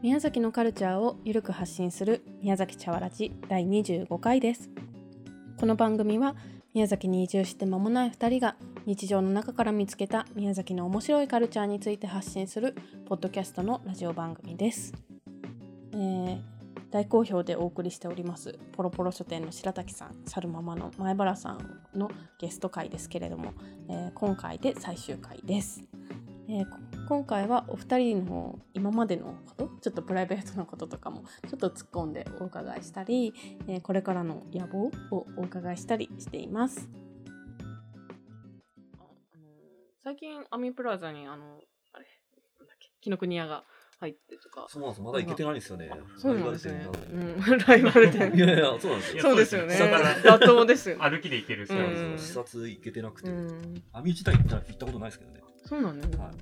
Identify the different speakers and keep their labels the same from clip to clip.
Speaker 1: 宮崎のカルチャーをゆるく発信する宮崎茶わらじ第25回ですこの番組は宮崎に移住して間もない2人が日常の中から見つけた宮崎の面白いカルチャーについて発信するポッドキャストのラジオ番組です、えー大好評でお送りしておりますポロポロ書店の白滝さん猿ママの前原さんのゲスト会ですけれども、えー今回で最終回です、えーこ今回はお二人の今までのことちょっとプライベートなこととかもちょっと突っ込んでお伺いしたり、えーこれからの野望をお伺いしたりしています最近アミプラザにあのあれなんだっけ紀ノ国屋が入ってとか
Speaker 2: そうなんです。まだ行けてないんですよね。
Speaker 1: そうなんですね。
Speaker 2: ラ
Speaker 1: うん、ライバル
Speaker 2: イバル店なのに
Speaker 1: 店。
Speaker 2: いやいや、そうなんですよ。
Speaker 1: そうですよね。
Speaker 2: 下から
Speaker 1: 妥当ですよ。
Speaker 3: 歩きで行ける
Speaker 2: そうなんですよ。視察行けてなくて。
Speaker 1: うん、
Speaker 2: 網自体行った行ったことないですけどね。
Speaker 1: そうなんだ、ね
Speaker 2: はい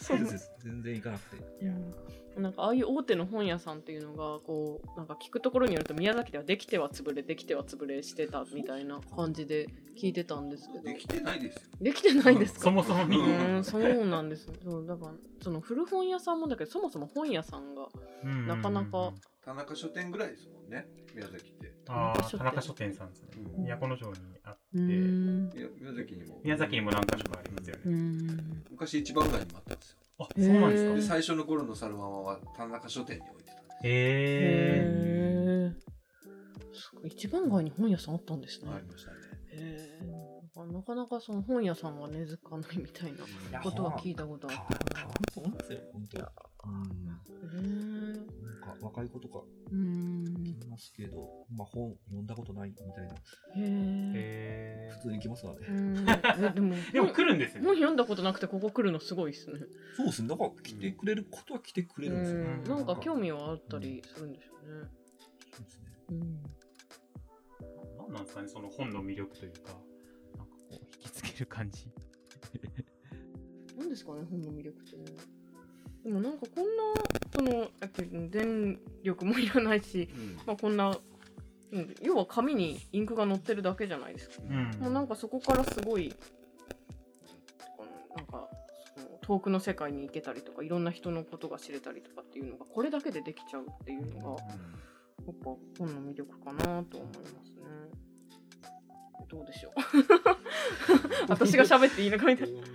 Speaker 1: そう
Speaker 2: 全然全然行かなくて。
Speaker 1: うんなんかああいう大手の本屋さんっていうのがこうなんか聞くところによると宮崎ではできては潰れできては潰れしてたみたいな感じで聞いてたんですけど
Speaker 4: できてないですよ。
Speaker 1: できてないですか
Speaker 3: そもそも見
Speaker 1: う
Speaker 3: に
Speaker 1: んそうなんですそうだからその古本屋さんもだけどそもそも本屋さんがなかなか
Speaker 4: 田中書店ぐらいですもんね、宮崎って。
Speaker 3: あ
Speaker 1: 田
Speaker 3: ー田
Speaker 1: 中
Speaker 3: 中
Speaker 1: 書
Speaker 3: 書
Speaker 1: 店
Speaker 3: 店さんですね
Speaker 4: うん
Speaker 3: 都城にあって
Speaker 1: うん
Speaker 4: いや宮崎にも。
Speaker 3: 宮崎にも何か所かありますよね
Speaker 1: うん
Speaker 4: 昔一番街にもあったんですよ。
Speaker 3: あ
Speaker 1: へー
Speaker 3: そうなん
Speaker 1: う
Speaker 4: で、
Speaker 3: ですか
Speaker 4: 最初の頃のサルママは田中書店に置いてたんで
Speaker 3: へ
Speaker 4: す。
Speaker 1: へーすごい一番街に本屋さんあったんですね、
Speaker 4: ありましたね。
Speaker 1: へーなかなかその本屋さんが根付かないみたいなことは聞いたことあ
Speaker 2: た
Speaker 1: る
Speaker 2: まそうなんですよ。本当。うん。なんか若い子とか
Speaker 1: うん
Speaker 2: いますけど、まあ本読んだことないみたい
Speaker 1: へ
Speaker 2: な。
Speaker 3: ー
Speaker 1: え
Speaker 3: へ
Speaker 2: 普通に行きますわ
Speaker 1: う
Speaker 2: ね。
Speaker 1: んえでも
Speaker 3: ーでも来るんです
Speaker 1: もう
Speaker 3: よね
Speaker 1: 読んだことなくてここ来るのすごいですね。
Speaker 2: そうですね。なんか来てくれることは来てくれ
Speaker 1: う
Speaker 2: るんですよ。
Speaker 1: ん、なんか興
Speaker 2: 味。
Speaker 1: 味はあったりするんでしょうね。
Speaker 2: そうですね
Speaker 1: うん、
Speaker 3: 何なんですかねその本の魅力というかなんかこう引きつける感じ
Speaker 1: なんですかね本の魅力ってね。でもなんかこんなそのやっぱり電力もいらないし、まあこんな、うん、要は紙にインクが載ってるだけじゃないですか。
Speaker 4: うん。うん
Speaker 1: もうなんかそこからすごいうんなんかその遠くの世界に行けたりとかいろんな人のことが知れたりとかっていうのがこれだけでできちゃうっていうのが。やっぱ本の魅力かなと思いますね。どうでし ょう。私が喋っていいのかみたいな。
Speaker 2: リメイ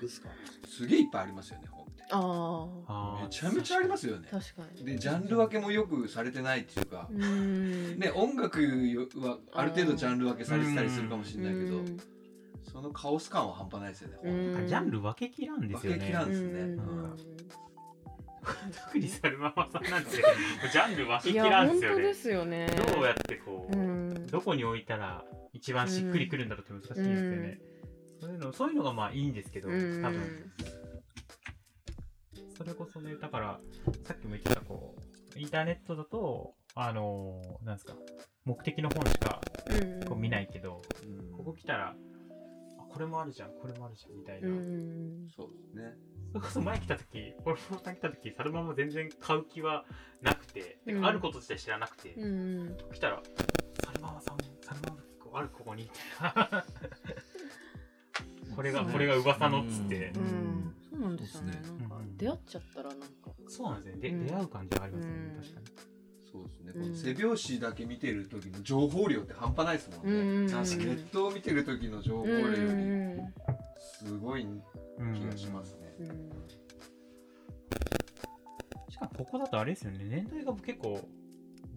Speaker 2: クっすか。
Speaker 4: すげえいっぱいありますよね、本って。
Speaker 1: あ
Speaker 3: あー
Speaker 4: めちゃめちゃありますよね
Speaker 1: あ、。確かに。
Speaker 4: で、ジャンル分けもよくされてないっていうか、ね、音楽はある程度ジャンル分けされてたりするかもしれないけど、そのカオス感は半端ないですよね、
Speaker 1: う
Speaker 4: 本
Speaker 1: ん
Speaker 3: なんかジャンル分けきらんですよ
Speaker 4: 分けきら
Speaker 3: ね
Speaker 4: んですね
Speaker 3: 特にサルママさんな んてジャンル分け
Speaker 1: い
Speaker 3: き
Speaker 1: や
Speaker 3: らん
Speaker 1: 本
Speaker 3: ですよ
Speaker 1: 当で
Speaker 3: ね
Speaker 1: すよね。
Speaker 3: どうやってこう
Speaker 1: うん
Speaker 3: どこに置いたら一番しっくりくるんだろうって難しいんですよね。そういうのそういうのがまあいいんですけど、多
Speaker 1: うん
Speaker 3: 分それこそねだからさっきも言ってたこうインターネットだとあのーなんですか目的の本しかこう見ないけど、
Speaker 4: うん
Speaker 3: ここ来たらあこれもあるじゃんこれもあるじゃんみたいな。
Speaker 1: うん
Speaker 4: そうですね。
Speaker 3: それこそ前来た時俺もさん来た時サルマも全然買う気はなくて、てか
Speaker 1: うん
Speaker 3: あること自体知らなくて、
Speaker 1: うん
Speaker 3: 来たらサルママさんサルママあるここにみたいな。これが
Speaker 1: そう
Speaker 3: これが噂のっつって
Speaker 1: う
Speaker 2: うんん、
Speaker 1: そうなんですよね
Speaker 2: そうです。
Speaker 1: なんか出会っちゃったらなんか、
Speaker 3: そうなんですねで、
Speaker 1: うん
Speaker 3: 出会う感じはありますね、
Speaker 1: うん
Speaker 3: 確かに
Speaker 4: そうですね、
Speaker 1: うん
Speaker 4: この背拍子だけ見てる時の情報量って半端ないですもんね、
Speaker 1: うんうんうん
Speaker 4: なんかネットを見てる時の情報量よりすごい気がしますね、
Speaker 1: うんうん
Speaker 3: しかもここだとあれですよね年代が結構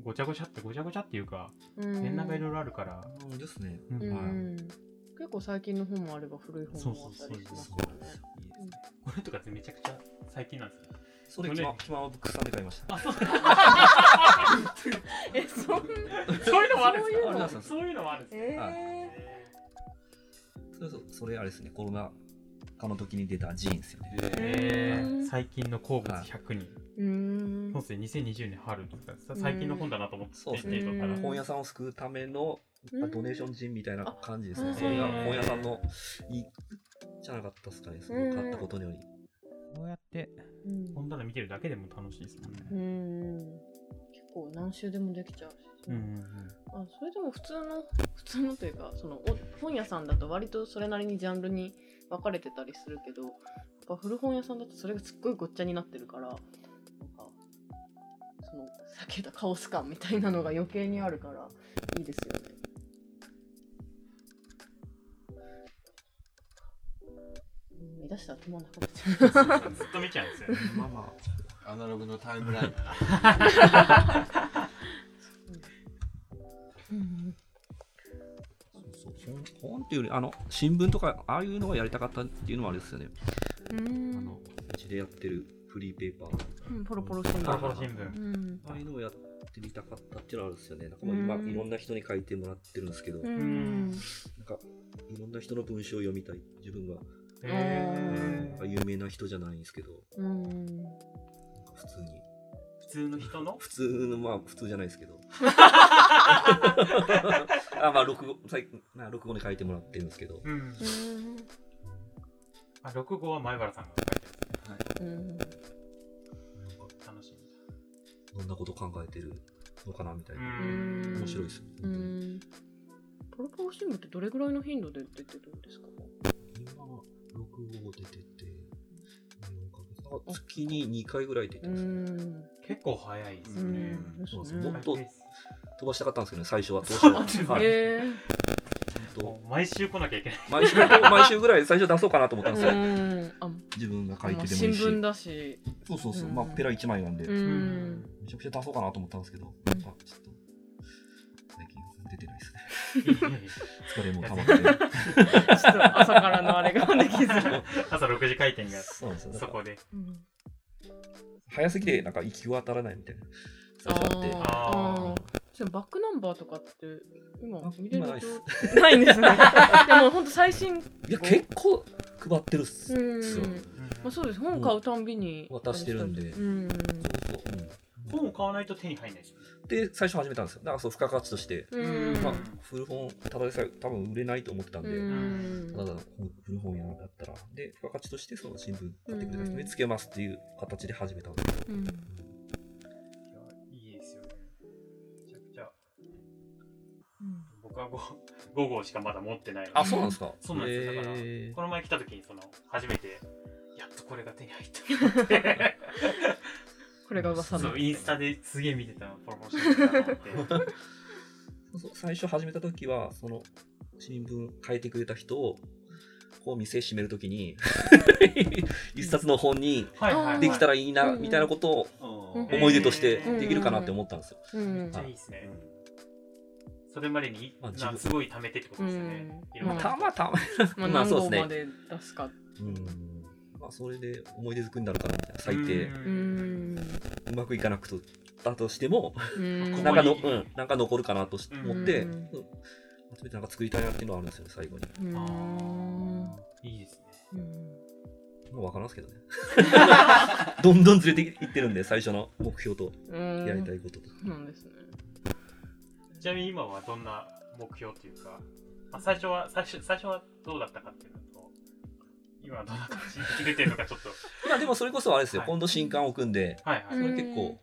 Speaker 3: ごちゃごちゃってごちゃごちゃっていうか
Speaker 1: うん
Speaker 3: 年代がいろいろあるから、
Speaker 2: うんですね。
Speaker 3: うん
Speaker 1: う
Speaker 2: はい
Speaker 1: ん結構最近の本もあれば古い本もあったりします
Speaker 2: そ
Speaker 1: か
Speaker 2: うな
Speaker 1: ら
Speaker 2: ん
Speaker 1: ね
Speaker 2: ですよ。いいですね。
Speaker 3: これとかってめちゃくちゃ最近なんですよ
Speaker 2: それキマキマブックさんで買いました。
Speaker 1: えそん
Speaker 3: そういうのもあるんです
Speaker 2: そういうの
Speaker 3: かそういうのもあるんですね
Speaker 1: え
Speaker 2: そうそうそれあれですねコロナ禍の時に出たジーンですよね。
Speaker 4: え
Speaker 3: え
Speaker 1: うん
Speaker 3: ー、最近の好物100人、
Speaker 1: ーうん
Speaker 3: そうですね2020年春とか最近の本だなと思って
Speaker 2: そうです
Speaker 1: ね
Speaker 3: 手に取ったら
Speaker 1: うん
Speaker 2: 本屋さんを救うためのまあドネーションジーンみたいな感じですね。
Speaker 1: あ
Speaker 2: それが
Speaker 3: うん
Speaker 2: 本屋さんのいいじゃなかったですかね。その買ったことにより。
Speaker 3: こうやって
Speaker 1: うん
Speaker 3: 本棚見てるだけでも楽しいですもんね
Speaker 1: うん結構何週でもできちゃうし、
Speaker 3: うんうん
Speaker 1: あそれでも普通の普通のというかそのお本屋さんだと割とそれなりにジャンルに分かれてたりするけどぱ古本屋さんだとそれがすっごいごっちゃになってるからなんかその避けたカオス感みたいなのが余計にあるからいいですよね。うん見出したら止まんなくなっちゃう。
Speaker 3: ずっと見ちゃうんですよね。
Speaker 2: まあま
Speaker 4: アナログのタイムライン。
Speaker 1: うん
Speaker 2: あそうそう本本っていうよりあの新聞とかああいうのがやりたかったっていうのはあれですよね
Speaker 5: う
Speaker 2: あ
Speaker 5: ん
Speaker 2: のうちでやってるフリーペーパー
Speaker 5: うんポロポロしてん
Speaker 3: ポ
Speaker 5: だ
Speaker 3: ロポロ新聞。
Speaker 5: うん
Speaker 2: ああいうのをやってみたかったっていうのはあるんですよねなんかもう今
Speaker 5: うん
Speaker 2: いろんな人に書いてもらってるんですけど、
Speaker 5: う
Speaker 2: なん
Speaker 5: ん
Speaker 2: かいろんな人の文章を読みたい自分は、
Speaker 3: へ
Speaker 2: なんか
Speaker 3: ー
Speaker 2: 有名な人じゃないんですけど
Speaker 1: うん
Speaker 2: なんか普通に
Speaker 3: 普通の人の
Speaker 2: 普通のまあ普通じゃないですけ どあまあ録語最まあ録語に書いてもらってるんですけど
Speaker 3: うん。
Speaker 5: うん
Speaker 3: あ、6号は前原さんが書い
Speaker 1: う
Speaker 3: て
Speaker 1: ん
Speaker 3: る。楽し
Speaker 2: どんなこと考えてるのかなみたい
Speaker 3: み。
Speaker 2: な、
Speaker 1: うん
Speaker 2: 面白いですよ、
Speaker 1: う
Speaker 2: 本当に
Speaker 1: んポロポロ新聞ってどれぐらいの頻度で出てるんですか
Speaker 2: 今は6号出てて4ヶ月あ月に2回ぐらい出てますね
Speaker 1: ん
Speaker 3: 結構早いで
Speaker 1: う
Speaker 3: すよね。
Speaker 1: ん
Speaker 2: そう
Speaker 1: です
Speaker 2: そうも
Speaker 1: ね
Speaker 2: っと
Speaker 3: 早いです
Speaker 2: 飛ばしたかったんですけどね最 初はどうしてもはい
Speaker 1: へえ
Speaker 2: 本
Speaker 3: もう毎週来なきゃいけない。
Speaker 2: 当毎週毎週ぐらい最初出そうかなと思ったんですよ
Speaker 1: うんあ
Speaker 2: 自分が書い
Speaker 1: ま
Speaker 2: て
Speaker 1: あ
Speaker 2: て
Speaker 1: 新
Speaker 2: もいいし
Speaker 1: 聞だし
Speaker 2: そうそうそう
Speaker 1: うん
Speaker 2: まあペラ1枚なんで
Speaker 1: う
Speaker 2: め
Speaker 1: ん
Speaker 2: ちゃくちゃ出そうかなと思ったんですけどなんかちょっと最近出てないですね疲れも溜ま って
Speaker 1: ちょっと朝からのあれができず
Speaker 3: 朝6時開店が
Speaker 2: そうなんですよなん
Speaker 3: そ
Speaker 2: か
Speaker 3: こで。
Speaker 1: うん
Speaker 2: 早すぎてなんか行き渡らないみたいな最初あって
Speaker 1: あーちょっとバックナンバーとかって今見れる
Speaker 2: 今ないっす
Speaker 1: 状ないんですね でも本当最新
Speaker 2: いや結構配ってるっす
Speaker 1: うん
Speaker 2: そう
Speaker 1: まあそうです本買うたんびに
Speaker 2: 渡してるんで
Speaker 1: うん
Speaker 2: そうそううん
Speaker 3: 本を買わないと手に入らないですよね。
Speaker 2: で最初始めたんですよだからそう付加価値として、
Speaker 1: うん
Speaker 2: まあ古本ただでさえ多分売れないと思ってたんで、
Speaker 1: うん
Speaker 2: ただ古本屋だったらで付加価値としてその新聞買ってくれた人につけますっていう形で始めたんですけど、
Speaker 1: うん
Speaker 3: いやいいですよね。めちゃくちゃ。僕は 5, 5号しかまだ持ってないので
Speaker 2: あそうなんですか
Speaker 3: そうなんですよだか
Speaker 2: へ
Speaker 3: ら
Speaker 2: ー
Speaker 3: この前来た時にその初めてやっとこれが手に入ったって
Speaker 1: これが噂
Speaker 3: そ
Speaker 1: の
Speaker 3: うインスタですげえ見てたのフォローしてたなと思って
Speaker 2: そうそう最初始めた時はその新聞書いてくれた人をこう店閉めるとき に一冊の本に
Speaker 3: はいはい、はい、
Speaker 2: できた
Speaker 3: ら
Speaker 2: らいいな
Speaker 1: うん
Speaker 2: みたいなことを
Speaker 4: うん
Speaker 2: 思い出として
Speaker 3: うん
Speaker 2: できるかなって思ったんですよ、
Speaker 1: うん
Speaker 3: めっちゃいいですね、それまでに、
Speaker 2: まあ自
Speaker 3: な
Speaker 2: 分
Speaker 3: すごい貯めてってことですよね、
Speaker 1: うん
Speaker 3: いろんな
Speaker 2: たまたま、
Speaker 1: まあ
Speaker 2: まあ
Speaker 1: 何
Speaker 2: そ
Speaker 1: 号
Speaker 2: うですね
Speaker 1: まで出すか
Speaker 2: うんまあ、それで思い出作りになるかなみたいな最低、
Speaker 3: う
Speaker 1: うんん
Speaker 2: うまくいかなくとだとしても、
Speaker 1: うん
Speaker 2: なんかの、
Speaker 3: こ
Speaker 2: う
Speaker 3: こに
Speaker 2: ん、なんか残るかなとし思って、
Speaker 1: う
Speaker 2: うんん集めてなんか作りたいなっていうのはあるんですよね、最後に。
Speaker 1: うん
Speaker 3: あーいいですね
Speaker 1: うん
Speaker 2: まあ、わからんすけどね。どんどんずれていってるんで、最初の目標と
Speaker 1: うん
Speaker 2: やりたいことと。
Speaker 1: そうなんですね
Speaker 3: ちなみに今はどんな目標っていうか、まあ、最初は最初最初はどうだったかっていうのと今はどんな感じで出てるのかちょっと
Speaker 2: まあ、でもそれこそあれですよ、
Speaker 3: はい
Speaker 2: 今度新刊を組んで、
Speaker 3: はいは
Speaker 2: そ
Speaker 3: い
Speaker 2: れ結構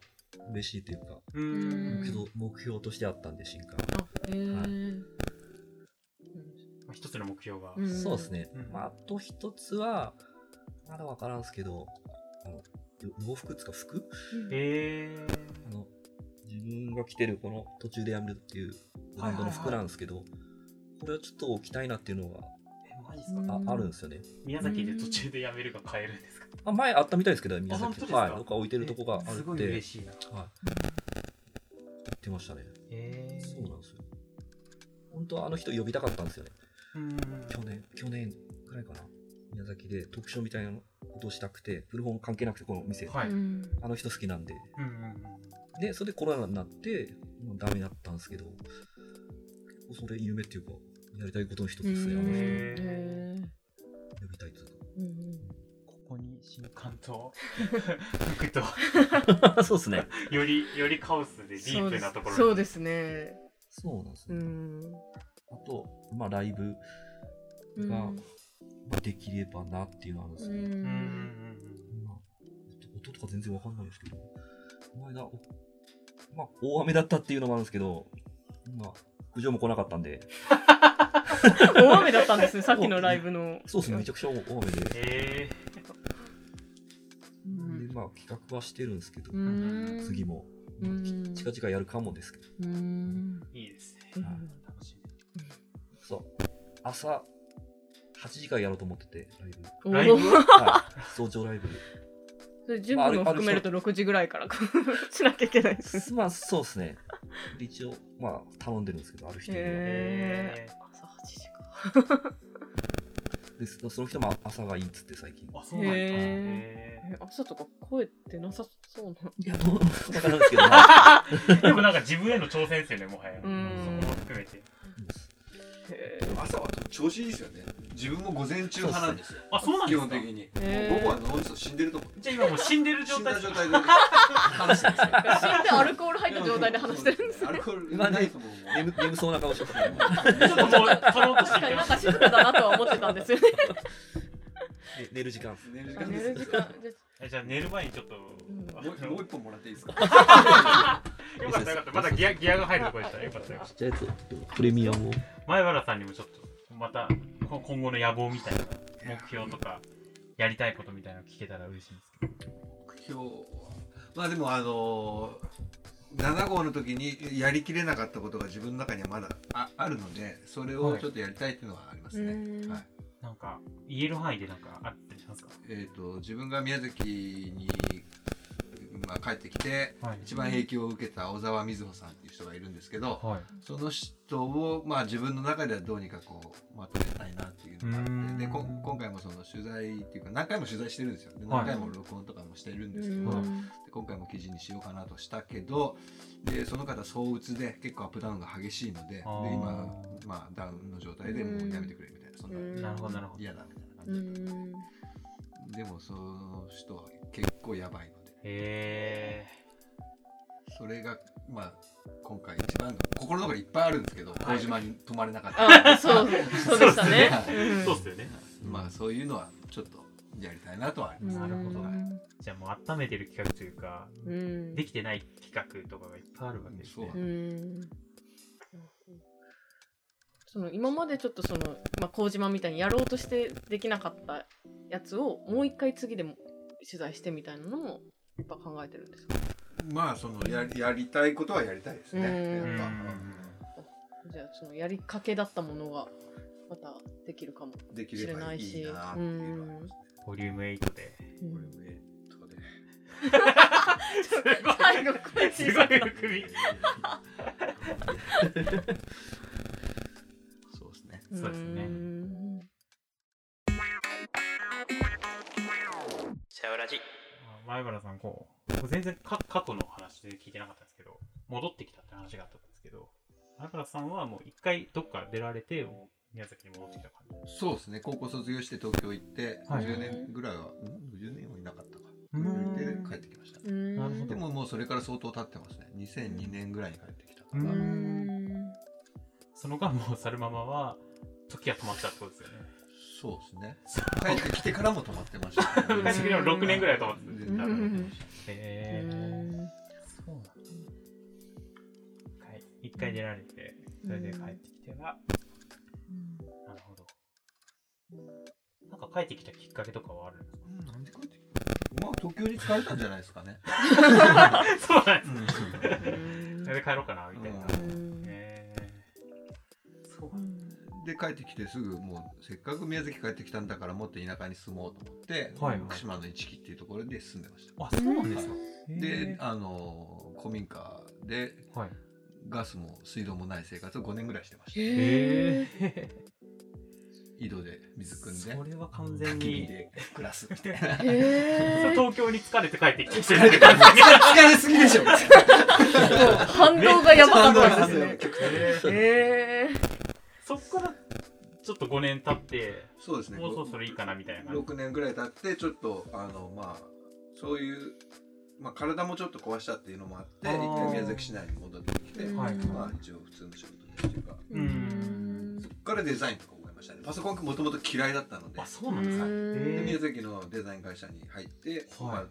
Speaker 2: 嬉しいというか、
Speaker 3: う
Speaker 1: うん
Speaker 2: 目標目標としてあったんで、新刊。
Speaker 1: あへ
Speaker 2: は
Speaker 1: え
Speaker 3: まあ一つの目標が、
Speaker 1: うん
Speaker 2: そうですね
Speaker 3: うん。
Speaker 2: まあ、あと一つは、まだわからんすけど、あの、洋服っつうか服
Speaker 3: え
Speaker 2: あの自分が着てるこの途中でやめるっていうブランドの服なんですけど、これはちょっと置きたいなっていうのが
Speaker 3: えマジですか、
Speaker 1: うん
Speaker 2: ああるんですよね。
Speaker 3: 宮崎で途中でやめるか買えるんですか、
Speaker 2: あ前あったみたいですけど、宮
Speaker 3: あ本当
Speaker 2: 崎
Speaker 3: です
Speaker 2: と
Speaker 3: か
Speaker 2: はい、どっか置いてるとこがある
Speaker 3: す
Speaker 2: っ
Speaker 3: ごい
Speaker 2: て、はい
Speaker 3: 嬉、しいな
Speaker 2: 言ってましたね。
Speaker 3: え
Speaker 2: そうなんですよ。本当はあの人呼びたかったんですよね。
Speaker 3: うん
Speaker 2: 去年、去年くらいかな。宮崎で特集みたいなことをしたくて、古本関係なくてこの店、
Speaker 3: はい、うん
Speaker 1: ん
Speaker 2: あの人好きなんで。
Speaker 3: うんうん、
Speaker 2: で、それでコロナになって、もうダメだったんですけど、それ夢っていうか、やりたいことの一つですね、あの人。
Speaker 3: へー
Speaker 1: へ
Speaker 2: 呼びたいという
Speaker 1: ーうん
Speaker 3: ここに新刊と服と
Speaker 2: か そうですね。
Speaker 3: よりよりカオスでディープなところ
Speaker 1: そう
Speaker 3: で
Speaker 1: ですね
Speaker 2: そうなんです
Speaker 1: う
Speaker 2: ね。
Speaker 1: ん
Speaker 2: あと、まあ、ライブ
Speaker 1: うん
Speaker 2: がまあできればなっていうのはあるんです
Speaker 1: う
Speaker 2: けど、
Speaker 3: うんうん
Speaker 1: ん
Speaker 2: まあ音とか全然わかんないですけど、この間、おまあ、大雨だったっていうのもあるんですけど、まあ、苦情も来なかったんで、
Speaker 1: 大雨だったんですねさっきのライブの
Speaker 2: そうですね、めちゃくちゃ大雨で、
Speaker 3: うんへえ
Speaker 2: まあ企画はしてるんですけど、
Speaker 1: うん
Speaker 2: 次も
Speaker 1: うん
Speaker 2: 近々やるかもですけど、
Speaker 1: うん
Speaker 3: いいですね。
Speaker 1: うん
Speaker 3: 楽し
Speaker 2: そう朝8時からやろうと思っててライ ブ、
Speaker 1: お
Speaker 3: ライブ
Speaker 1: ー
Speaker 2: はい、早朝ラ イブ
Speaker 1: それ準備も含めると6時ぐらいからしなきゃいけないです
Speaker 2: まあそうですねで一応まあ頼んでるんですけどある人には、
Speaker 3: み。
Speaker 1: へ
Speaker 3: え
Speaker 1: 朝8時か
Speaker 2: でそその人も朝がいいっつって最近
Speaker 3: ーあ、そうなん
Speaker 1: へ
Speaker 3: だ。
Speaker 1: ー
Speaker 3: へ
Speaker 1: え朝とか声ってなさそうない
Speaker 2: やどうだからですけど、まあ
Speaker 3: ーでもなんか自分への挑戦ですよね、もはや。そこ
Speaker 1: ん
Speaker 3: も含めて。
Speaker 1: へ
Speaker 4: 朝は調子いいですよね自分も午前中派なんですよ
Speaker 3: あ、そうなん
Speaker 4: 基
Speaker 3: です
Speaker 4: 本
Speaker 3: か
Speaker 4: 的に
Speaker 1: へー
Speaker 4: もう午後は脳みそ死んでると思う
Speaker 3: じゃあ今もう死んでる
Speaker 4: 死
Speaker 3: 状
Speaker 4: ん
Speaker 3: 態
Speaker 4: だ状態で 話してるんですよ
Speaker 1: え死んでアルコール入った状態で話してるんです
Speaker 4: ア
Speaker 1: ね
Speaker 4: ルコールないと思うもん
Speaker 2: 眠眠そうな顔してたね
Speaker 3: ちょっともう、取ろうとし
Speaker 1: 確
Speaker 3: て
Speaker 1: か
Speaker 3: いて
Speaker 1: に
Speaker 3: ま
Speaker 1: なん
Speaker 3: す
Speaker 1: か。静かだなとは思ってたんですよね
Speaker 2: ね寝る時間
Speaker 4: 寝る時
Speaker 1: あ
Speaker 4: 間
Speaker 1: 寝
Speaker 4: で
Speaker 1: る
Speaker 4: す
Speaker 1: 時
Speaker 4: よ
Speaker 1: 間です
Speaker 3: えじゃあ寝る前にちょっと。
Speaker 1: ん
Speaker 3: あ
Speaker 4: も
Speaker 3: の
Speaker 4: うもう一本もらっていいですか
Speaker 3: よかったよかった。まだギアギアが入るとこでした。よかったよかった。
Speaker 2: じゃあちょっとプレミアムを
Speaker 3: 前原さんにもちょっと、またこ今後の野望みたいな、目標とか、やりたいことみたいなの聞けたら嬉しいんですけど。
Speaker 4: 目標はまあでもあのー、7号の時にやりきれなかったことが自分の中にはまだああるのでそれを
Speaker 3: はい
Speaker 4: ちょっとやりたいっていうのはありますね、
Speaker 1: うん
Speaker 4: はい
Speaker 3: なんか、言える範囲でなんかあったりしますか
Speaker 4: えー、と自分が宮崎に、まあ、帰ってきて
Speaker 3: はい
Speaker 4: 一番影響を受けた小沢瑞穂さんっていう人がいるんですけど、
Speaker 3: はい。
Speaker 4: その人を、まあ、自分の中ではどうにかこうまとめたいなっていうのがあ
Speaker 3: うーん
Speaker 4: ってでこ今回もその取材っていうか何回も取材してるんですよで
Speaker 3: はい
Speaker 4: 何回も録音とかもしてるんですけど、
Speaker 3: う
Speaker 4: で今回も記事にしようかなとしたけどでその方躁鬱で結構アップダウンが激しいのでで
Speaker 3: あー
Speaker 4: 今、まあ、ダウンの状態でもうやめてくれみたいなそんな
Speaker 1: うん
Speaker 3: なるほど、なるほど。
Speaker 4: 嫌だみたいな感じ
Speaker 1: う、ん
Speaker 4: でもその人は結構やばいので
Speaker 3: へ
Speaker 4: それがまあ今回一番の心の中にいっぱいあるんですけど
Speaker 3: はい
Speaker 4: 麹島に泊まれなかった、
Speaker 1: あそうそうでしたね
Speaker 4: そうで
Speaker 3: え。
Speaker 1: ん
Speaker 3: そうっすよね。
Speaker 4: まあそういうのはちょっとやりたいなとはあります、
Speaker 3: なるほど
Speaker 1: うん
Speaker 3: じゃあもう温めてる企画というか、
Speaker 1: うん
Speaker 3: できてない企画とかがいっぱいあるわけですね
Speaker 4: そう
Speaker 1: う。んその今までちょっとその、まあ、麹島みたいにやろうとしてできなかったやつをもう一回次でも取材してみたいなのもやっぱ考えてるんですか
Speaker 4: まあそのややりたいことはやりたいですね
Speaker 1: うん
Speaker 4: やっ
Speaker 1: じゃあそのやりかけだったものがまたできるかも。
Speaker 4: ぱできればいいなっていうのはありますね
Speaker 3: ボリューム8で。
Speaker 1: うん
Speaker 4: これもえっとね
Speaker 3: すごい
Speaker 1: 最後声
Speaker 3: す
Speaker 1: 小
Speaker 3: ご
Speaker 1: さ
Speaker 3: い
Speaker 1: い
Speaker 3: 含み。
Speaker 4: そうですね
Speaker 3: そうですね
Speaker 1: うん
Speaker 6: シャウラジ。
Speaker 3: あ前原さん、こう、僕全然か過去の話で聞いてなかったんですけど、戻ってきたって話があったんですけど、前原さんはもう一回どっか出られて、もう宮崎に戻ってきた感じ。
Speaker 4: そうですね高校卒業して東京行って
Speaker 3: はい
Speaker 4: 10年ぐらいは、うん、10年はいなかったか
Speaker 3: う
Speaker 4: で
Speaker 1: ん
Speaker 4: 帰ってきました
Speaker 1: うん
Speaker 3: なるほど
Speaker 4: でももうそれから相当経ってますね2002年ぐらいに帰ってきたか
Speaker 3: う
Speaker 1: う
Speaker 4: ら
Speaker 1: ん
Speaker 3: その間もう去るままは、時が止まったってことですよね。
Speaker 4: そうですね帰ってきてからも泊まってました、
Speaker 1: ん
Speaker 3: 帰ってきても6年ぐらいは止まって
Speaker 4: 全
Speaker 1: うん
Speaker 4: 然
Speaker 3: た。
Speaker 4: 泊まっ
Speaker 3: へ
Speaker 4: てました
Speaker 3: え。そうなんだ。一回、一回出られて、それで帰ってきては、なるほど。なんか帰ってきたきっかけとかはあるんです
Speaker 4: うんなんで帰ってきたまあ東京に疲れたんじゃないですかね。
Speaker 3: か そうなんです。
Speaker 1: うん
Speaker 3: それで帰ろうかな、みたいな。
Speaker 1: う
Speaker 4: う
Speaker 1: ん
Speaker 3: へえ。そうなんだ。
Speaker 4: で帰ってきてすぐもうせっかく宮崎帰ってきたんだからもっと田舎に住もうと思って、
Speaker 3: はい
Speaker 4: 福島の一木っていうところで住んでました。
Speaker 3: あ、そうなんですか
Speaker 4: は。で、あのー古民家で
Speaker 3: はい。
Speaker 4: ガスも水道もない生活を5年ぐらいしてました。
Speaker 1: へえ
Speaker 3: え。
Speaker 4: 井戸で水汲ん
Speaker 3: そ
Speaker 4: で
Speaker 3: れは完
Speaker 4: 焚
Speaker 3: 全
Speaker 4: き火
Speaker 3: に。
Speaker 4: で暮らす みたいな。
Speaker 1: へえ
Speaker 3: 東京に疲れて帰ってきて
Speaker 4: 疲れてます疲れすぎで し ょ。
Speaker 1: 反動がやばかったんですねえ
Speaker 3: そっからちょっと5年経って
Speaker 4: そうですね。
Speaker 3: もうそろそろいいかなみたいな感じ
Speaker 4: 6年ぐらい経ってちょっとあのまあそういう、まあ、体もちょっと壊したっていうのもあって
Speaker 3: あ
Speaker 4: 一
Speaker 3: ー
Speaker 4: 回宮崎市内に戻ってきて、
Speaker 1: うん
Speaker 3: はい
Speaker 4: まあ一応普通の仕事ですっていうか
Speaker 1: ーう
Speaker 3: う
Speaker 1: んん
Speaker 4: そこからデザインとか覚えましたねパソコンもともと嫌いだったので
Speaker 3: あそうなんですか
Speaker 1: う
Speaker 3: へ
Speaker 1: ん
Speaker 4: で
Speaker 3: え
Speaker 4: 宮崎のデザイン会社に入って、
Speaker 3: はい
Speaker 4: まあ、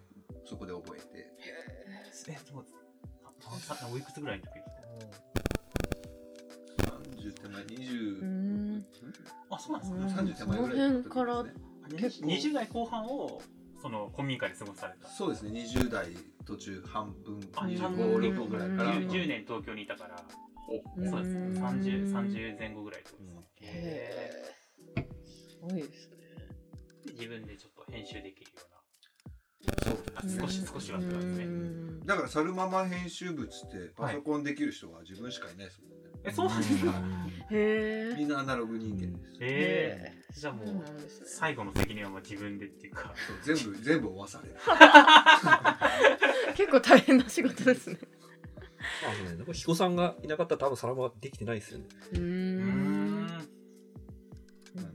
Speaker 4: そこで覚えて
Speaker 3: えそうですああおいくつぐらいの時ですか
Speaker 4: 30手前20、
Speaker 1: うん
Speaker 3: あそうなんです
Speaker 1: うん
Speaker 4: 30手前ぐらい
Speaker 1: その辺から
Speaker 4: 時ですね
Speaker 3: か20代後半をそその古民家で過ごされた
Speaker 4: そうですね20代途中半分
Speaker 3: あ
Speaker 4: 25
Speaker 3: 半分
Speaker 4: 六個ぐらいから
Speaker 1: うん
Speaker 3: 10年東京にいたから
Speaker 1: うん
Speaker 3: そうですね30 30前後ぐらいってことですね
Speaker 1: へ
Speaker 3: へ
Speaker 1: ーすごいですね。
Speaker 3: ー自分でちょっと編集できるよ
Speaker 4: そう
Speaker 3: うなあ
Speaker 1: うん
Speaker 3: 少し少しはってことで
Speaker 1: う
Speaker 3: すね
Speaker 1: ん
Speaker 4: だからサルママ編集部っつってパソコンできる人は自分しかいないですもんね、
Speaker 3: えそうなんですか
Speaker 1: へ
Speaker 4: み
Speaker 1: え。
Speaker 4: んなアナログ人間です、
Speaker 3: ええじゃあも
Speaker 1: そう
Speaker 3: う
Speaker 1: なんですね。
Speaker 3: 最後の責任はもう自分でっていうか
Speaker 4: 全部全部負わされる
Speaker 1: 結構大変な仕事ですね。
Speaker 2: まあそうね、でも彦さんがいなかったら多分サラマはできてないですよね。
Speaker 1: うー
Speaker 3: うー
Speaker 1: ん。
Speaker 3: ん
Speaker 4: まあ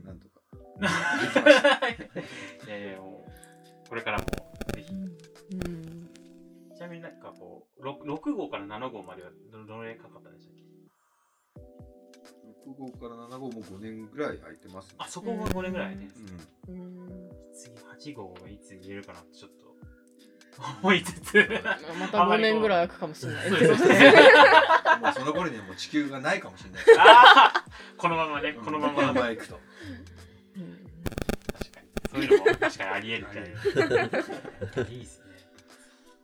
Speaker 4: な んとか
Speaker 3: いやいやもうこれからもぜひ
Speaker 1: うん。
Speaker 3: ちなみになんかこう 6, 6号から7号まではどどれかかったんでしたっけ
Speaker 4: 6号から7号も5年ぐらい空いてますね
Speaker 3: あそこが5年ぐらいね
Speaker 4: うん
Speaker 1: うん。
Speaker 3: 次8号がいつ言えるかなってちょっと思いつつ
Speaker 1: まあまた5年ぐらい空くかもしれない
Speaker 3: そう
Speaker 1: けど
Speaker 3: で。すね
Speaker 4: もうその頃にはもう地球がないかもしれない
Speaker 3: あーこのままねこのまま
Speaker 4: このまま行くと
Speaker 3: 確かにそういうのも確かにありえるみた いないいですね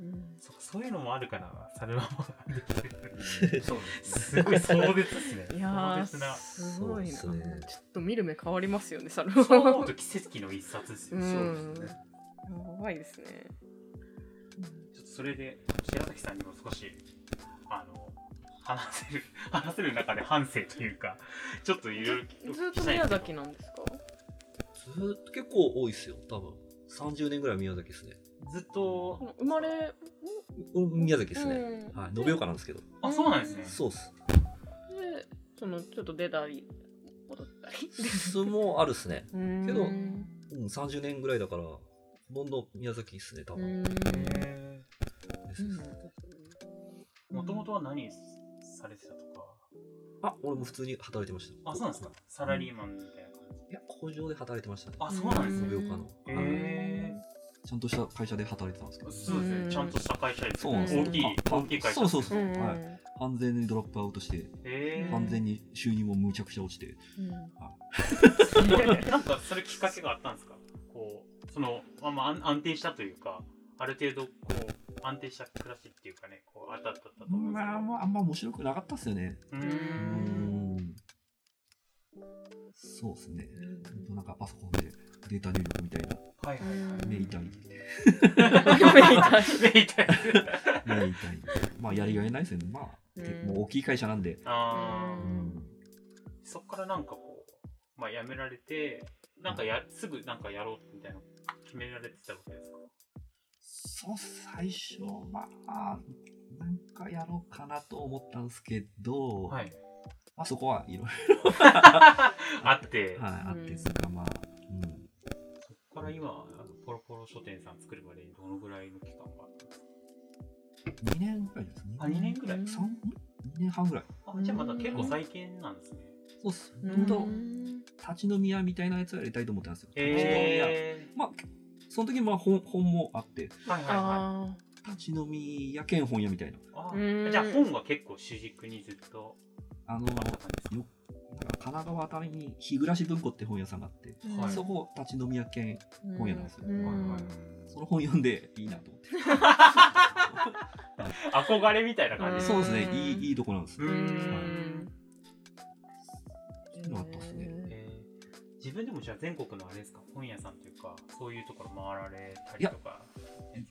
Speaker 1: うん
Speaker 3: そっかそういうのもあるからサルママができる
Speaker 4: そうです
Speaker 3: す
Speaker 4: ね
Speaker 3: ごい壮絶ですね
Speaker 1: いやー、
Speaker 3: 壮絶な
Speaker 1: すごいな。ち
Speaker 2: そう
Speaker 1: ょ
Speaker 2: っ
Speaker 1: っ
Speaker 2: すね
Speaker 1: と見る目変わりますよね、サル
Speaker 3: 本
Speaker 1: マ。
Speaker 3: 当奇跡の一冊ですよ、
Speaker 1: うん
Speaker 4: そうですね
Speaker 1: 怖いですね。
Speaker 3: ちょっとそれで白崎さんにも少しあの話せる 話せる中で反省というかちょっといろいろ
Speaker 1: ずっと宮崎
Speaker 3: の
Speaker 1: なんですか
Speaker 2: ずーっと結構多いですよ、多分。30年ぐらい宮崎ですね。
Speaker 3: ずっと
Speaker 1: 生まれ、
Speaker 2: う宮崎ですね。
Speaker 1: うん
Speaker 2: はい、延岡なんですけど。
Speaker 3: あそうなんですね
Speaker 2: そうっす。
Speaker 1: で、その、ちょっと出たり、戻ったり。
Speaker 2: 相撲あるっすね。
Speaker 1: け
Speaker 2: どうん、30年ぐらいだから、ほとんど宮崎っすね、多分。です
Speaker 3: もともとは何されてたとか
Speaker 2: あ、俺も普通に働いてました。
Speaker 3: あそうなんですかサラリーマンみたいな感じ
Speaker 2: いや、工場で働いてましたね。
Speaker 3: あそうなんですね
Speaker 2: 延岡の。
Speaker 3: へ
Speaker 2: はい
Speaker 3: え
Speaker 2: ちゃんとした会社で働いてたんですけど。
Speaker 3: そうです
Speaker 1: うん
Speaker 3: ねちゃんとした会社です
Speaker 2: そうなんですよ
Speaker 3: 大きい
Speaker 2: あ
Speaker 3: 大きい会社
Speaker 2: そうそうそうう。
Speaker 1: ん
Speaker 2: はい。完全にドロップアウトして、
Speaker 3: へえ
Speaker 2: 完全に収入もむちゃくちゃ落ちて。
Speaker 3: なんかそれきっかけがあったんですかこうそのまあまあ安安定したというかある程度こう安定した暮らしっていうかねこうあったあったあったと思うんです
Speaker 2: まあ、あんま、あんま面白くなかったっすよね。
Speaker 3: けどう
Speaker 2: うー
Speaker 3: ーん
Speaker 2: ん。そうですね。ほんとなんかパソコンでデータ入力みたいな。
Speaker 3: はいはいはい
Speaker 2: 目痛い。
Speaker 3: 目痛い
Speaker 2: 目痛い。まあ、やりがいないですよね。まあ、け
Speaker 1: うん
Speaker 2: もう大きい会社なんで。
Speaker 3: あ
Speaker 2: う
Speaker 3: ー
Speaker 2: ん。
Speaker 3: そっからなんかこうまあやめられてなんかやすぐなんかやろうみたいな決められてたわけですか
Speaker 2: そう、最初、まあ、なんかやろうかなと思ったんですけど、
Speaker 3: はい
Speaker 2: まあ、そこはいろい
Speaker 3: あって
Speaker 2: ろ、はい、あって、
Speaker 1: うん
Speaker 2: それかまあ、うん。
Speaker 3: そこから今あのポロポロ書店さん作るまでにどのぐらいの期間があったんですか
Speaker 2: 2年ぐらいですね。
Speaker 3: あ2年ぐらい
Speaker 2: 3、2年半ぐらい。
Speaker 3: あじゃあまだ結構最近なんですね
Speaker 2: そうっす。本当、立ち飲み屋みたいなやつをやりたいと思ったんですよ。立ち飲み屋。
Speaker 3: え
Speaker 2: まあ、その時まあ本本もあって、
Speaker 3: ー、はいはいはい
Speaker 2: 立ち飲み屋兼本屋みたいな。
Speaker 3: あ
Speaker 1: うん
Speaker 3: ーじゃあ本が結構主軸にずっと
Speaker 2: あの、
Speaker 3: あ
Speaker 2: な
Speaker 3: っ
Speaker 2: ん
Speaker 3: た
Speaker 2: か
Speaker 3: 感じです
Speaker 2: 神奈川あたりに日暮文庫って本屋さんがあって、
Speaker 3: か、はい、
Speaker 2: そこ立ち飲み屋兼、本屋なんですよそ
Speaker 4: そ
Speaker 2: の本読んでいいなと思って。
Speaker 3: 憧れみたいな感じ
Speaker 1: ん
Speaker 2: そうですね、いいいいとこなんです
Speaker 3: う
Speaker 2: ね。
Speaker 3: ん
Speaker 2: そういうのあったですね。
Speaker 3: えー自分でもじゃあ全国のあれですか本屋さんというかそういうところ回られたりとか
Speaker 2: 行っ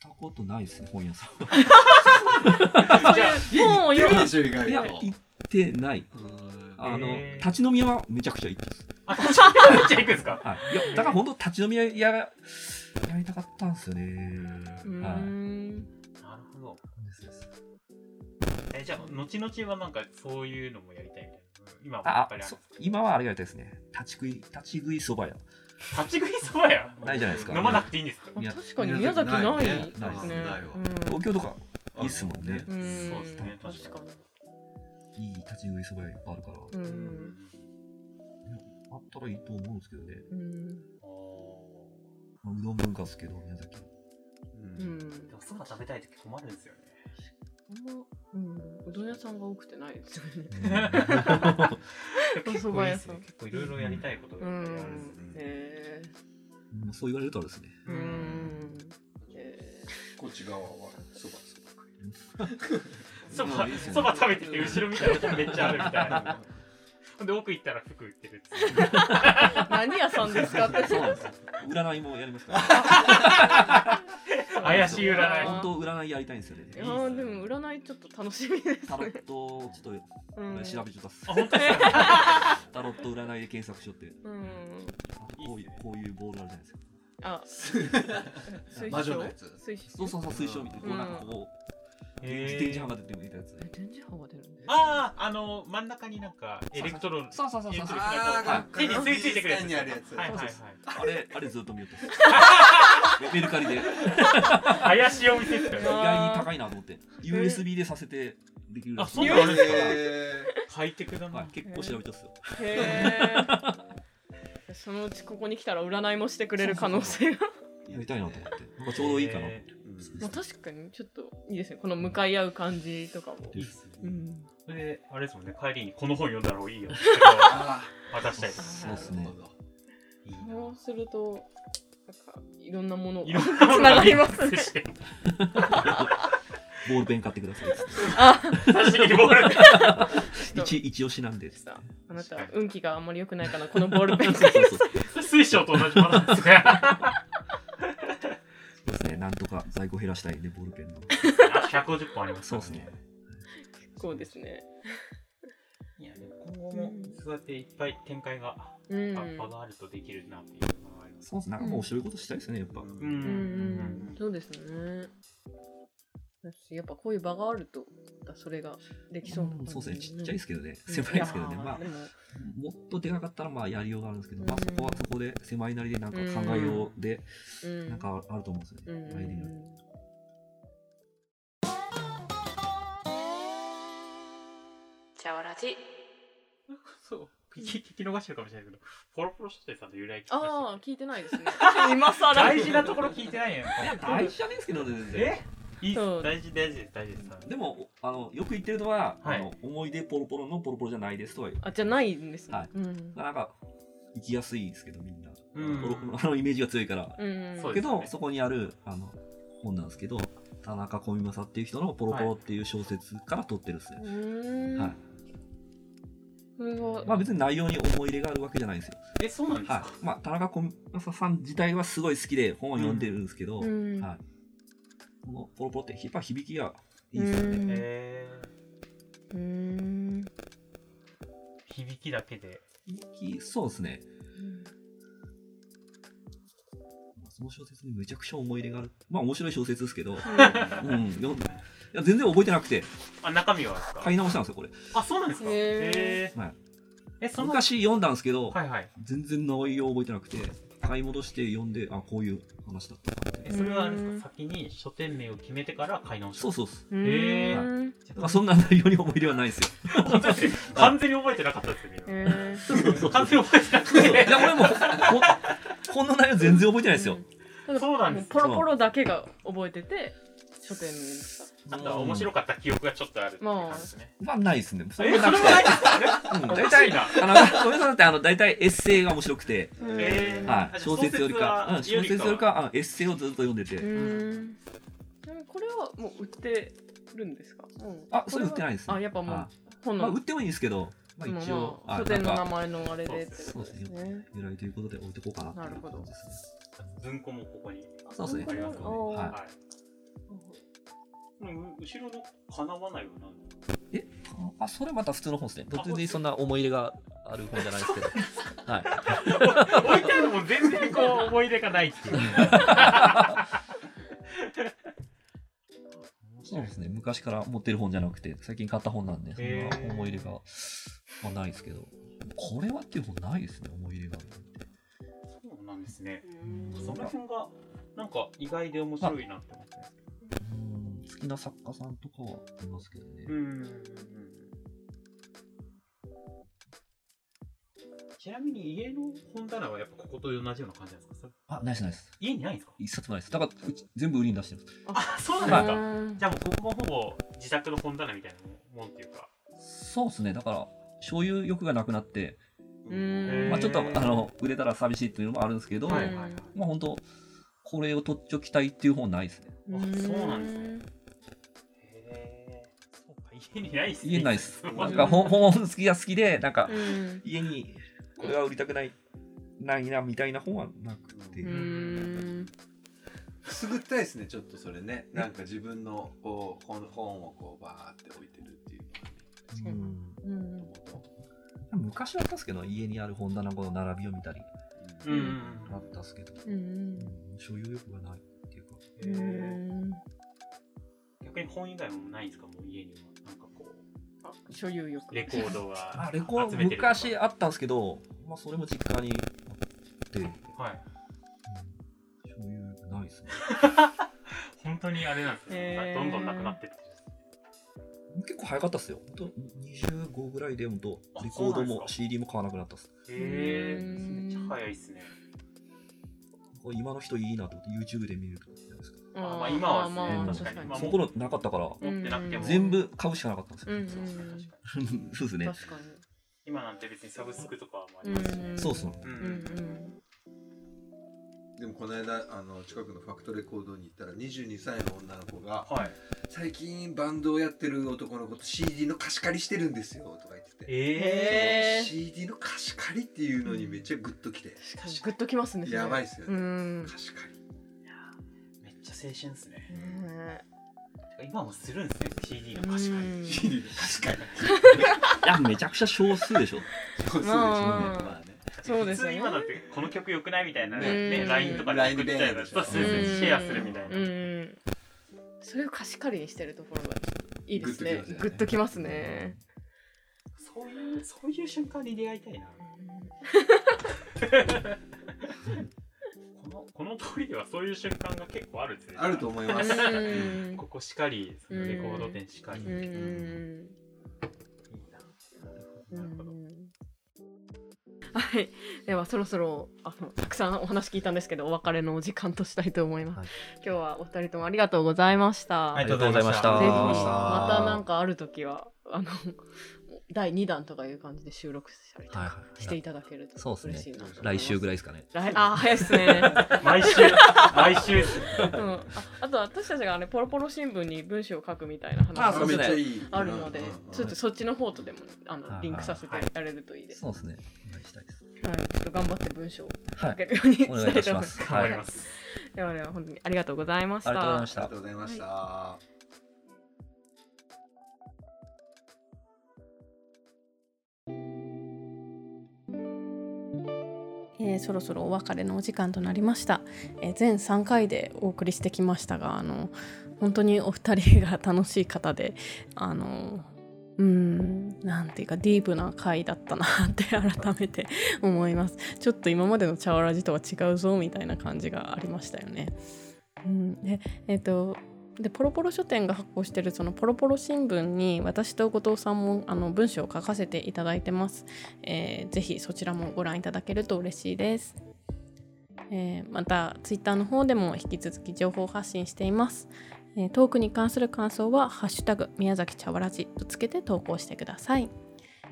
Speaker 2: たことないですね、本屋さんは。
Speaker 3: じゃあ
Speaker 1: 本を
Speaker 4: いる
Speaker 1: 読む
Speaker 4: でしょ意外
Speaker 2: いや、
Speaker 4: と
Speaker 2: 行ってない。
Speaker 4: うん
Speaker 2: あの、
Speaker 3: へー
Speaker 2: 立ち飲み屋はめちゃくちゃ行ってます。
Speaker 3: あ立ち飲み屋じゃあ行くんですか
Speaker 2: はい。いや、だから本当立ち飲み屋ややりたかったんですよね。はい。
Speaker 3: なるほど
Speaker 2: ですです
Speaker 3: えじゃあ後々はなんかそういうのもやりたいみたいな今はや
Speaker 2: あ
Speaker 3: っぱりあ
Speaker 2: あそ
Speaker 3: るんです
Speaker 2: 今はあれがやりたいですね立ち食い立ち食いそば屋
Speaker 3: か立ち食いそばや
Speaker 2: ないじゃないですか
Speaker 3: 飲まなくていいんですか
Speaker 2: 宮
Speaker 1: 確かに宮崎ないね
Speaker 2: 東京とかいいっすもんね、
Speaker 1: そう
Speaker 3: そうですね確か
Speaker 2: いい立ち食いそば屋いっぱいあるから、
Speaker 1: に
Speaker 3: うん
Speaker 2: あったらいいと思うんですけどね
Speaker 1: うん
Speaker 3: おー
Speaker 2: まあうどん文化ですけど宮 崎
Speaker 4: うん
Speaker 1: うん
Speaker 3: でもそば食べたい時困るんですよね。
Speaker 1: うどん屋さんが多くてないですよね
Speaker 3: 結
Speaker 1: そ
Speaker 3: 構
Speaker 1: ば
Speaker 3: いい
Speaker 1: 屋
Speaker 3: です
Speaker 1: さ
Speaker 3: ね
Speaker 1: ん。
Speaker 3: 結構いろいろやりたいことがいっぱいあるんですね。
Speaker 1: へえ
Speaker 2: うんそう言われるとあれですね
Speaker 1: うん
Speaker 4: こっち側はそばそば食
Speaker 3: そば
Speaker 4: いもういいっすね
Speaker 3: そば食べてて後ろ見たらめっちゃあるみたいな ほんで奥行ったら服売ってるっていう
Speaker 1: 何屋さんですかって
Speaker 2: そうなんですよ 占いもやりますから
Speaker 1: あ
Speaker 3: 怪しい占
Speaker 1: ー
Speaker 3: い
Speaker 2: 本当占いやりたいんですよね
Speaker 1: いやーでも占いちょっと楽しみです
Speaker 2: タロ
Speaker 1: ね
Speaker 2: ットをちょっ
Speaker 1: うん
Speaker 2: と調べちゃったっす
Speaker 3: あ本当です
Speaker 2: タロット占いで検索しよって
Speaker 1: うん
Speaker 2: あとこうい
Speaker 3: いいっす
Speaker 2: う
Speaker 3: ね
Speaker 2: こういうボールあるじゃないですか
Speaker 1: あ水
Speaker 4: 魔女
Speaker 1: 晶
Speaker 4: のやつ
Speaker 1: 水晶
Speaker 2: そうそうそう水晶みたいなこうなんかこう
Speaker 3: へー
Speaker 2: 自転車が出てみたやつね
Speaker 1: え電磁波が出るんで
Speaker 3: あああの真ん中になんかエレクトロン
Speaker 2: そうそうそうそう
Speaker 3: エレクトロン
Speaker 2: あ
Speaker 3: がこう手に
Speaker 4: あー
Speaker 3: 吸い付いてくるやつ
Speaker 4: 美術館にあるやつ
Speaker 3: はいはいはい
Speaker 2: あれあれずっと見よ うとメルカリで意
Speaker 3: 怪しいお店ですよね
Speaker 2: 外に高いなと思って USB でさせてできるらしい
Speaker 3: あそうなんですか
Speaker 4: え
Speaker 3: ハイテクだ
Speaker 2: はい
Speaker 3: な、
Speaker 2: 結構調べたっすよ
Speaker 1: へえ そのうちここに来たら占いもしてくれる可能性が
Speaker 2: やりたいなと思ってなんかちょうどいいかな
Speaker 3: えー
Speaker 4: ー
Speaker 1: まあ確かにちょっといいですねこの向かい合う感じとかも、
Speaker 3: いいっすね
Speaker 1: うん、
Speaker 3: それであれですもんね帰りにこの本読んだら いいよって
Speaker 4: あ
Speaker 3: 渡したいで
Speaker 4: ー
Speaker 3: す
Speaker 2: そうっすね
Speaker 4: なるほど
Speaker 3: いいな
Speaker 1: そうするとなんかいろんなものを
Speaker 3: いろんなもの
Speaker 1: つながり
Speaker 3: ミ
Speaker 1: ま
Speaker 3: ッ
Speaker 1: すね
Speaker 3: クスして
Speaker 2: ボールペン買ってくださいっつって
Speaker 1: あ
Speaker 3: 差し入れボール
Speaker 1: ちょっと
Speaker 2: 一一押しなん でっつって
Speaker 1: さあなたは運気があんまり良くないからこのボールペン
Speaker 2: そうそうそう
Speaker 3: 水晶と同じものなんですが
Speaker 2: そうですねなんとか在庫減らしたいんでボールペンの
Speaker 3: 150本あります
Speaker 2: そうっすね
Speaker 1: そうですね
Speaker 3: いやでも今後もそうやっていっぱい展開が、
Speaker 1: う
Speaker 3: あ
Speaker 1: ん
Speaker 3: 場があるとできるなっていうのがあります
Speaker 2: そうですねなんかもう面白いことしたいですねやっぱ
Speaker 3: う
Speaker 1: うんうん
Speaker 3: ん
Speaker 1: そうですねやっぱこういう場があるとそれができそうな感じ
Speaker 2: そうですねちっちゃいですけどね
Speaker 1: うん
Speaker 2: 狭いですけどね
Speaker 1: やー
Speaker 2: まあ
Speaker 1: でも
Speaker 2: もっとでかかったらまあやりようがあるんですけど、まあ
Speaker 1: うん
Speaker 2: そこはそこで狭いなりでなんか考えようで
Speaker 1: うん
Speaker 2: なんかあると思うんですよね。
Speaker 1: うん
Speaker 2: アイデ ィアが
Speaker 5: チャワラジ
Speaker 3: そう聞き聞き逃してるかもしれないけどポロポロ書店さんの由来聞きました
Speaker 1: ああ聞いてないですね今更
Speaker 3: 大事なところ聞いてないやん
Speaker 2: 大事じゃないですけどね全然。
Speaker 3: えいいっす
Speaker 1: そう
Speaker 3: 大事大事です大事です
Speaker 2: でもあのよく言ってるのは、
Speaker 3: はい
Speaker 2: あの思い出ポロポロのポロポロじゃないですとは言う。
Speaker 1: あじゃないんですね
Speaker 2: はい
Speaker 1: うん
Speaker 2: なんか生きやすいですけどみんな、
Speaker 3: うん
Speaker 2: ポロポロあのイメージが強いから。
Speaker 1: うん
Speaker 3: そう
Speaker 2: け
Speaker 3: です
Speaker 2: ど
Speaker 3: ね
Speaker 2: そこにあるあの本なんですけど田中小見正っていう人のポロポロっていう小説から取ってるんですよ。
Speaker 1: うーん
Speaker 2: はい。
Speaker 1: すごい
Speaker 2: まあ別に内容に思い入れがあるわけじゃないんですよ。
Speaker 3: えそうなんですか、
Speaker 2: はい。まあ田中小見正さん自体はすごい好きで本を読んでるんですけど。
Speaker 1: うん
Speaker 2: はい。このポロポロってやっぱ響きがいいですよね。
Speaker 1: うん
Speaker 3: え
Speaker 1: うーん
Speaker 3: ー、響きだけで
Speaker 2: 響き、そうですね。まあその小説にめちゃくちゃ思い入れがある。まあ面白い小説ですけど、うん。読んいや全然覚えてなくて、
Speaker 3: あ中身はですか、
Speaker 2: 買い直したんですよ、これ。
Speaker 3: あそうなんですか
Speaker 1: へー
Speaker 3: へー
Speaker 2: はい
Speaker 3: えその
Speaker 2: 昔読んだんですけど、
Speaker 3: はいはい
Speaker 2: 全然内容覚えてなくて、買い戻して読んで、あ、こういう話だったなって
Speaker 3: えそれはあれです
Speaker 1: うん
Speaker 3: か先に書店名を決めてから買い直した
Speaker 2: そう
Speaker 3: う
Speaker 2: そうそう。
Speaker 1: うーん
Speaker 2: まあそんな内容に思い入れはないですよ。
Speaker 3: 完全に覚えてなかったですよね今
Speaker 1: へー
Speaker 3: 完全に覚えてなく
Speaker 2: い
Speaker 3: て
Speaker 2: や、俺も、ほんこんな内容全然覚えてないですよ。
Speaker 1: うん
Speaker 3: そうなんです
Speaker 1: ポロポロだけが覚えてて書店名でした
Speaker 3: あとは面白かった記憶がちょっとあるっていう感じですね
Speaker 2: まあ、ないですね。そ
Speaker 3: え
Speaker 2: れな
Speaker 3: それ
Speaker 2: く
Speaker 3: も
Speaker 2: て。
Speaker 3: ないですかあれ
Speaker 2: うん、
Speaker 3: お
Speaker 2: 大
Speaker 3: かし
Speaker 2: 体
Speaker 3: い、な
Speaker 2: あの、ごめんなさいって、あの、大体エッセイが面白くて、
Speaker 3: えー
Speaker 2: はい、
Speaker 3: あ
Speaker 2: 小説よりか、うん、
Speaker 3: 小説は
Speaker 2: 小説よりか、あのエッセイをずっと読んでて、
Speaker 1: うんでもこれはもう売ってるんですかうん
Speaker 2: あ、それ売ってないいです、
Speaker 1: あやっぱもう
Speaker 2: は
Speaker 1: 本
Speaker 2: まあ、
Speaker 1: の
Speaker 2: 売ってもいいんですけど、まあ、一応、
Speaker 1: まあ
Speaker 2: あ
Speaker 1: 書店の
Speaker 2: な
Speaker 1: 名
Speaker 2: んか
Speaker 1: 前のあれでって
Speaker 2: そ
Speaker 1: こ
Speaker 2: う
Speaker 1: と
Speaker 2: で
Speaker 1: ですす
Speaker 2: ね
Speaker 1: ね。
Speaker 2: 由来ということで置いてこうかなっていう感じですね。
Speaker 3: 文庫もここに
Speaker 2: そうですね。
Speaker 3: ありますよ
Speaker 1: お
Speaker 3: ね
Speaker 1: ー
Speaker 2: は
Speaker 3: これう後ろのかなわないよなん で
Speaker 2: い。え、あ、それまた普通の本ですね。別にそんな思い入れがある本じゃないですけど。はい。
Speaker 3: 置いてあるもん全然こう思い出がないっていう
Speaker 2: そうですね。昔から持ってる本じゃなくて、最近買った本なんで、そん
Speaker 3: へー
Speaker 2: な思い入れが、まあ、ないですけど。これはっていう本ないですね、思い入れがあるなんて。
Speaker 3: そうなんですね
Speaker 2: うん
Speaker 3: その辺がなんか意外で面白いなって思って
Speaker 2: うん好きな作家さんとかはいますけどね。
Speaker 3: うんちなみに家の本棚はやっぱここと同じような感じなんですかそれ
Speaker 2: あ、ないですないです。
Speaker 3: 家にないんですか
Speaker 2: 一冊もないです。だからうち全部売りに出してるんです。
Speaker 3: あそう
Speaker 2: な
Speaker 3: なんん
Speaker 2: で
Speaker 3: です
Speaker 2: か
Speaker 3: すか
Speaker 1: うん
Speaker 3: じゃあもうここもほぼ自宅の本棚みたいなもんっていうか
Speaker 2: そうですね。だから、所有欲がなくなって、
Speaker 1: うん
Speaker 2: まあ、ちょっと
Speaker 3: へー
Speaker 2: あの売れたら寂しいっていうのもあるんですけど、
Speaker 3: はいはいはい
Speaker 2: まあ本当これを取っちょきたいっていう本ないですね。
Speaker 3: あそうなんですねへえそうか家にないっすね
Speaker 2: 家ない です。
Speaker 3: そう
Speaker 2: なんか本本好きが好きで、なんか
Speaker 5: うん
Speaker 2: 家にこれは売りたくない、ないなみたいな本はなくて。
Speaker 5: うーん
Speaker 4: くすぐったいですねちょっとそれねなんか自分のこう本本をこうバーって置いてるっていう
Speaker 1: う
Speaker 2: うん
Speaker 1: うん
Speaker 4: のと
Speaker 2: 昔はあったっすけど、家にある本棚この並びを見たり
Speaker 3: うんうんうん
Speaker 2: あったっすけど、
Speaker 5: うん
Speaker 2: うん所有欲がないっていうか。
Speaker 5: う
Speaker 3: へえ
Speaker 5: ん
Speaker 3: 逆に本以外もないんですかもう家にはなんかこう
Speaker 1: あ所有欲
Speaker 3: レコードが
Speaker 2: あレコー
Speaker 3: 集
Speaker 2: ド
Speaker 3: めてるとか
Speaker 2: 昔あったんですけど、まあ、それも実家にあって、うん
Speaker 3: はい
Speaker 2: 所有欲ないですね。
Speaker 3: 本当にあれなんですね、
Speaker 1: へー
Speaker 3: どんどんなくなってってことですね
Speaker 2: 結構早かったっすよ。ほんと25ぐらいで本当
Speaker 3: あ
Speaker 2: レコー
Speaker 3: そうな
Speaker 2: ド
Speaker 3: んです
Speaker 2: も
Speaker 3: か
Speaker 2: CD も買わなくなったっす。
Speaker 3: へえ
Speaker 5: うーん
Speaker 3: めっちゃ早いっすね
Speaker 2: これ今の人いいなと思って YouTube で見るとかじゃないですか。
Speaker 3: あまあ今はですね
Speaker 2: まあ
Speaker 3: 確かにまあ
Speaker 2: そこのなかったから、
Speaker 5: うん
Speaker 3: 持ってなくても
Speaker 2: 全部買うしかなかったんです
Speaker 5: う
Speaker 2: よ。
Speaker 5: ん
Speaker 3: そうですね確かに
Speaker 2: そうですね。
Speaker 1: 確か
Speaker 3: 今なんて別にサブスクとかもありますしね
Speaker 1: うん
Speaker 2: そうそう。
Speaker 3: うん
Speaker 1: にうん
Speaker 4: でもこの間あの近くのファクトレコードに行ったら22歳の女の子が
Speaker 3: はい
Speaker 4: 「最近バンドをやってる男の子と CD の貸し借りしてるんですよ」とか言ってて、
Speaker 3: ええ
Speaker 1: えー
Speaker 4: CD の貸し借りっていうのにめっちゃグッときて、
Speaker 1: 確かにグッときますね
Speaker 4: やばい
Speaker 1: い
Speaker 4: っすよ
Speaker 1: う
Speaker 4: ね、
Speaker 1: んね
Speaker 4: 貸し借り
Speaker 3: めっちゃ青春っすね
Speaker 1: え
Speaker 3: てか今もするんですね CD の貸し
Speaker 1: う
Speaker 3: 借
Speaker 1: ん
Speaker 3: り
Speaker 4: CD の貸し借り
Speaker 2: いや、めちゃくちゃ少数でしょ。
Speaker 4: そうですね
Speaker 1: まあ
Speaker 4: まあね
Speaker 1: そうです
Speaker 3: 普
Speaker 1: よ
Speaker 3: 通
Speaker 1: ね
Speaker 3: 今だってこの曲良くないみたいな
Speaker 4: ね
Speaker 3: ね LINE とかで送っちゃえば
Speaker 4: LINE で
Speaker 3: そうそうそう
Speaker 1: うん
Speaker 3: シェアするみたいな
Speaker 1: うんそれを貸し借りにしてるところがいいですねグッ
Speaker 4: グッ
Speaker 1: と
Speaker 4: と
Speaker 1: き
Speaker 4: き
Speaker 1: ま
Speaker 4: ますす
Speaker 1: ね
Speaker 4: ね
Speaker 3: そういうそういう瞬間に出会いたいなこのこの通りではそういう瞬間が結構あるんですね
Speaker 4: あると思います
Speaker 1: うん
Speaker 3: ここしかりそのレコード店しかり
Speaker 1: う
Speaker 3: いい
Speaker 1: ん
Speaker 3: な
Speaker 1: う
Speaker 3: なるほど
Speaker 1: んはい、ではそろそろあのたくさんお話聞いたんですけどお別れのお時間としたいと思います、
Speaker 2: はい
Speaker 1: 今日はお二人ともありがとうございました、
Speaker 3: はい
Speaker 2: ありがとうございました。
Speaker 1: ぜひ
Speaker 4: ありがとうござい
Speaker 1: ま
Speaker 4: ま
Speaker 1: たなんかある時はあの第2弾とかいう感じで収録したりと
Speaker 2: はい
Speaker 1: か
Speaker 2: はい
Speaker 1: していただけると
Speaker 2: そうですね
Speaker 1: 嬉しいなと思います、
Speaker 2: 来週ぐらいですかね。
Speaker 1: 来あ早いですね、
Speaker 3: 毎週毎週っす
Speaker 1: うん、ああと私たちがねポロポロ新聞に文章を書くみたいな
Speaker 2: あ
Speaker 1: 話
Speaker 2: そう
Speaker 1: が
Speaker 2: ですね
Speaker 4: いい
Speaker 1: あるので
Speaker 4: うんうんうん
Speaker 1: ちょっとそっちの方とでもあ
Speaker 2: はいは
Speaker 1: の
Speaker 2: い
Speaker 1: リンクさせてやれるといいです、
Speaker 2: そうですね。お願いしたいです。
Speaker 1: はい、ちょっと頑張って文章を
Speaker 2: は
Speaker 1: 書け
Speaker 2: い。
Speaker 1: るようにし
Speaker 2: お
Speaker 1: た
Speaker 2: 願いい
Speaker 1: い
Speaker 2: た
Speaker 1: と
Speaker 2: し
Speaker 1: 思い
Speaker 2: ま
Speaker 1: ます
Speaker 2: す。はい。
Speaker 3: 頑張り
Speaker 2: あり
Speaker 3: ます
Speaker 1: ではでは本当にありがとうございました
Speaker 2: がとうございまし
Speaker 4: あ
Speaker 2: た
Speaker 4: りがと。うございました、
Speaker 5: えーそろそろお別れのお時間となりました、えー全3回でお送りしてきましたがあの本当にお二人が楽しい方であのうーんなんていうかディープな回だったなって 改めて思いますちょっと今までの茶わらじとは違うぞみたいな感じがありましたよね。うん、でえっ、とでポロポロ書店が発行してるそのポロポロ新聞に私と後藤さんもあの文章を書かせていただいてます。えーぜひそちらもご覧いただけると嬉しいです。えーまた、ツイッターの方でも引き続き情報発信しています。えートークに関する感想は、ハッシュタグ、宮崎茶わらじとつけて投稿してください。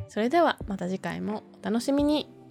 Speaker 5: それでは、また次回もお楽しみに。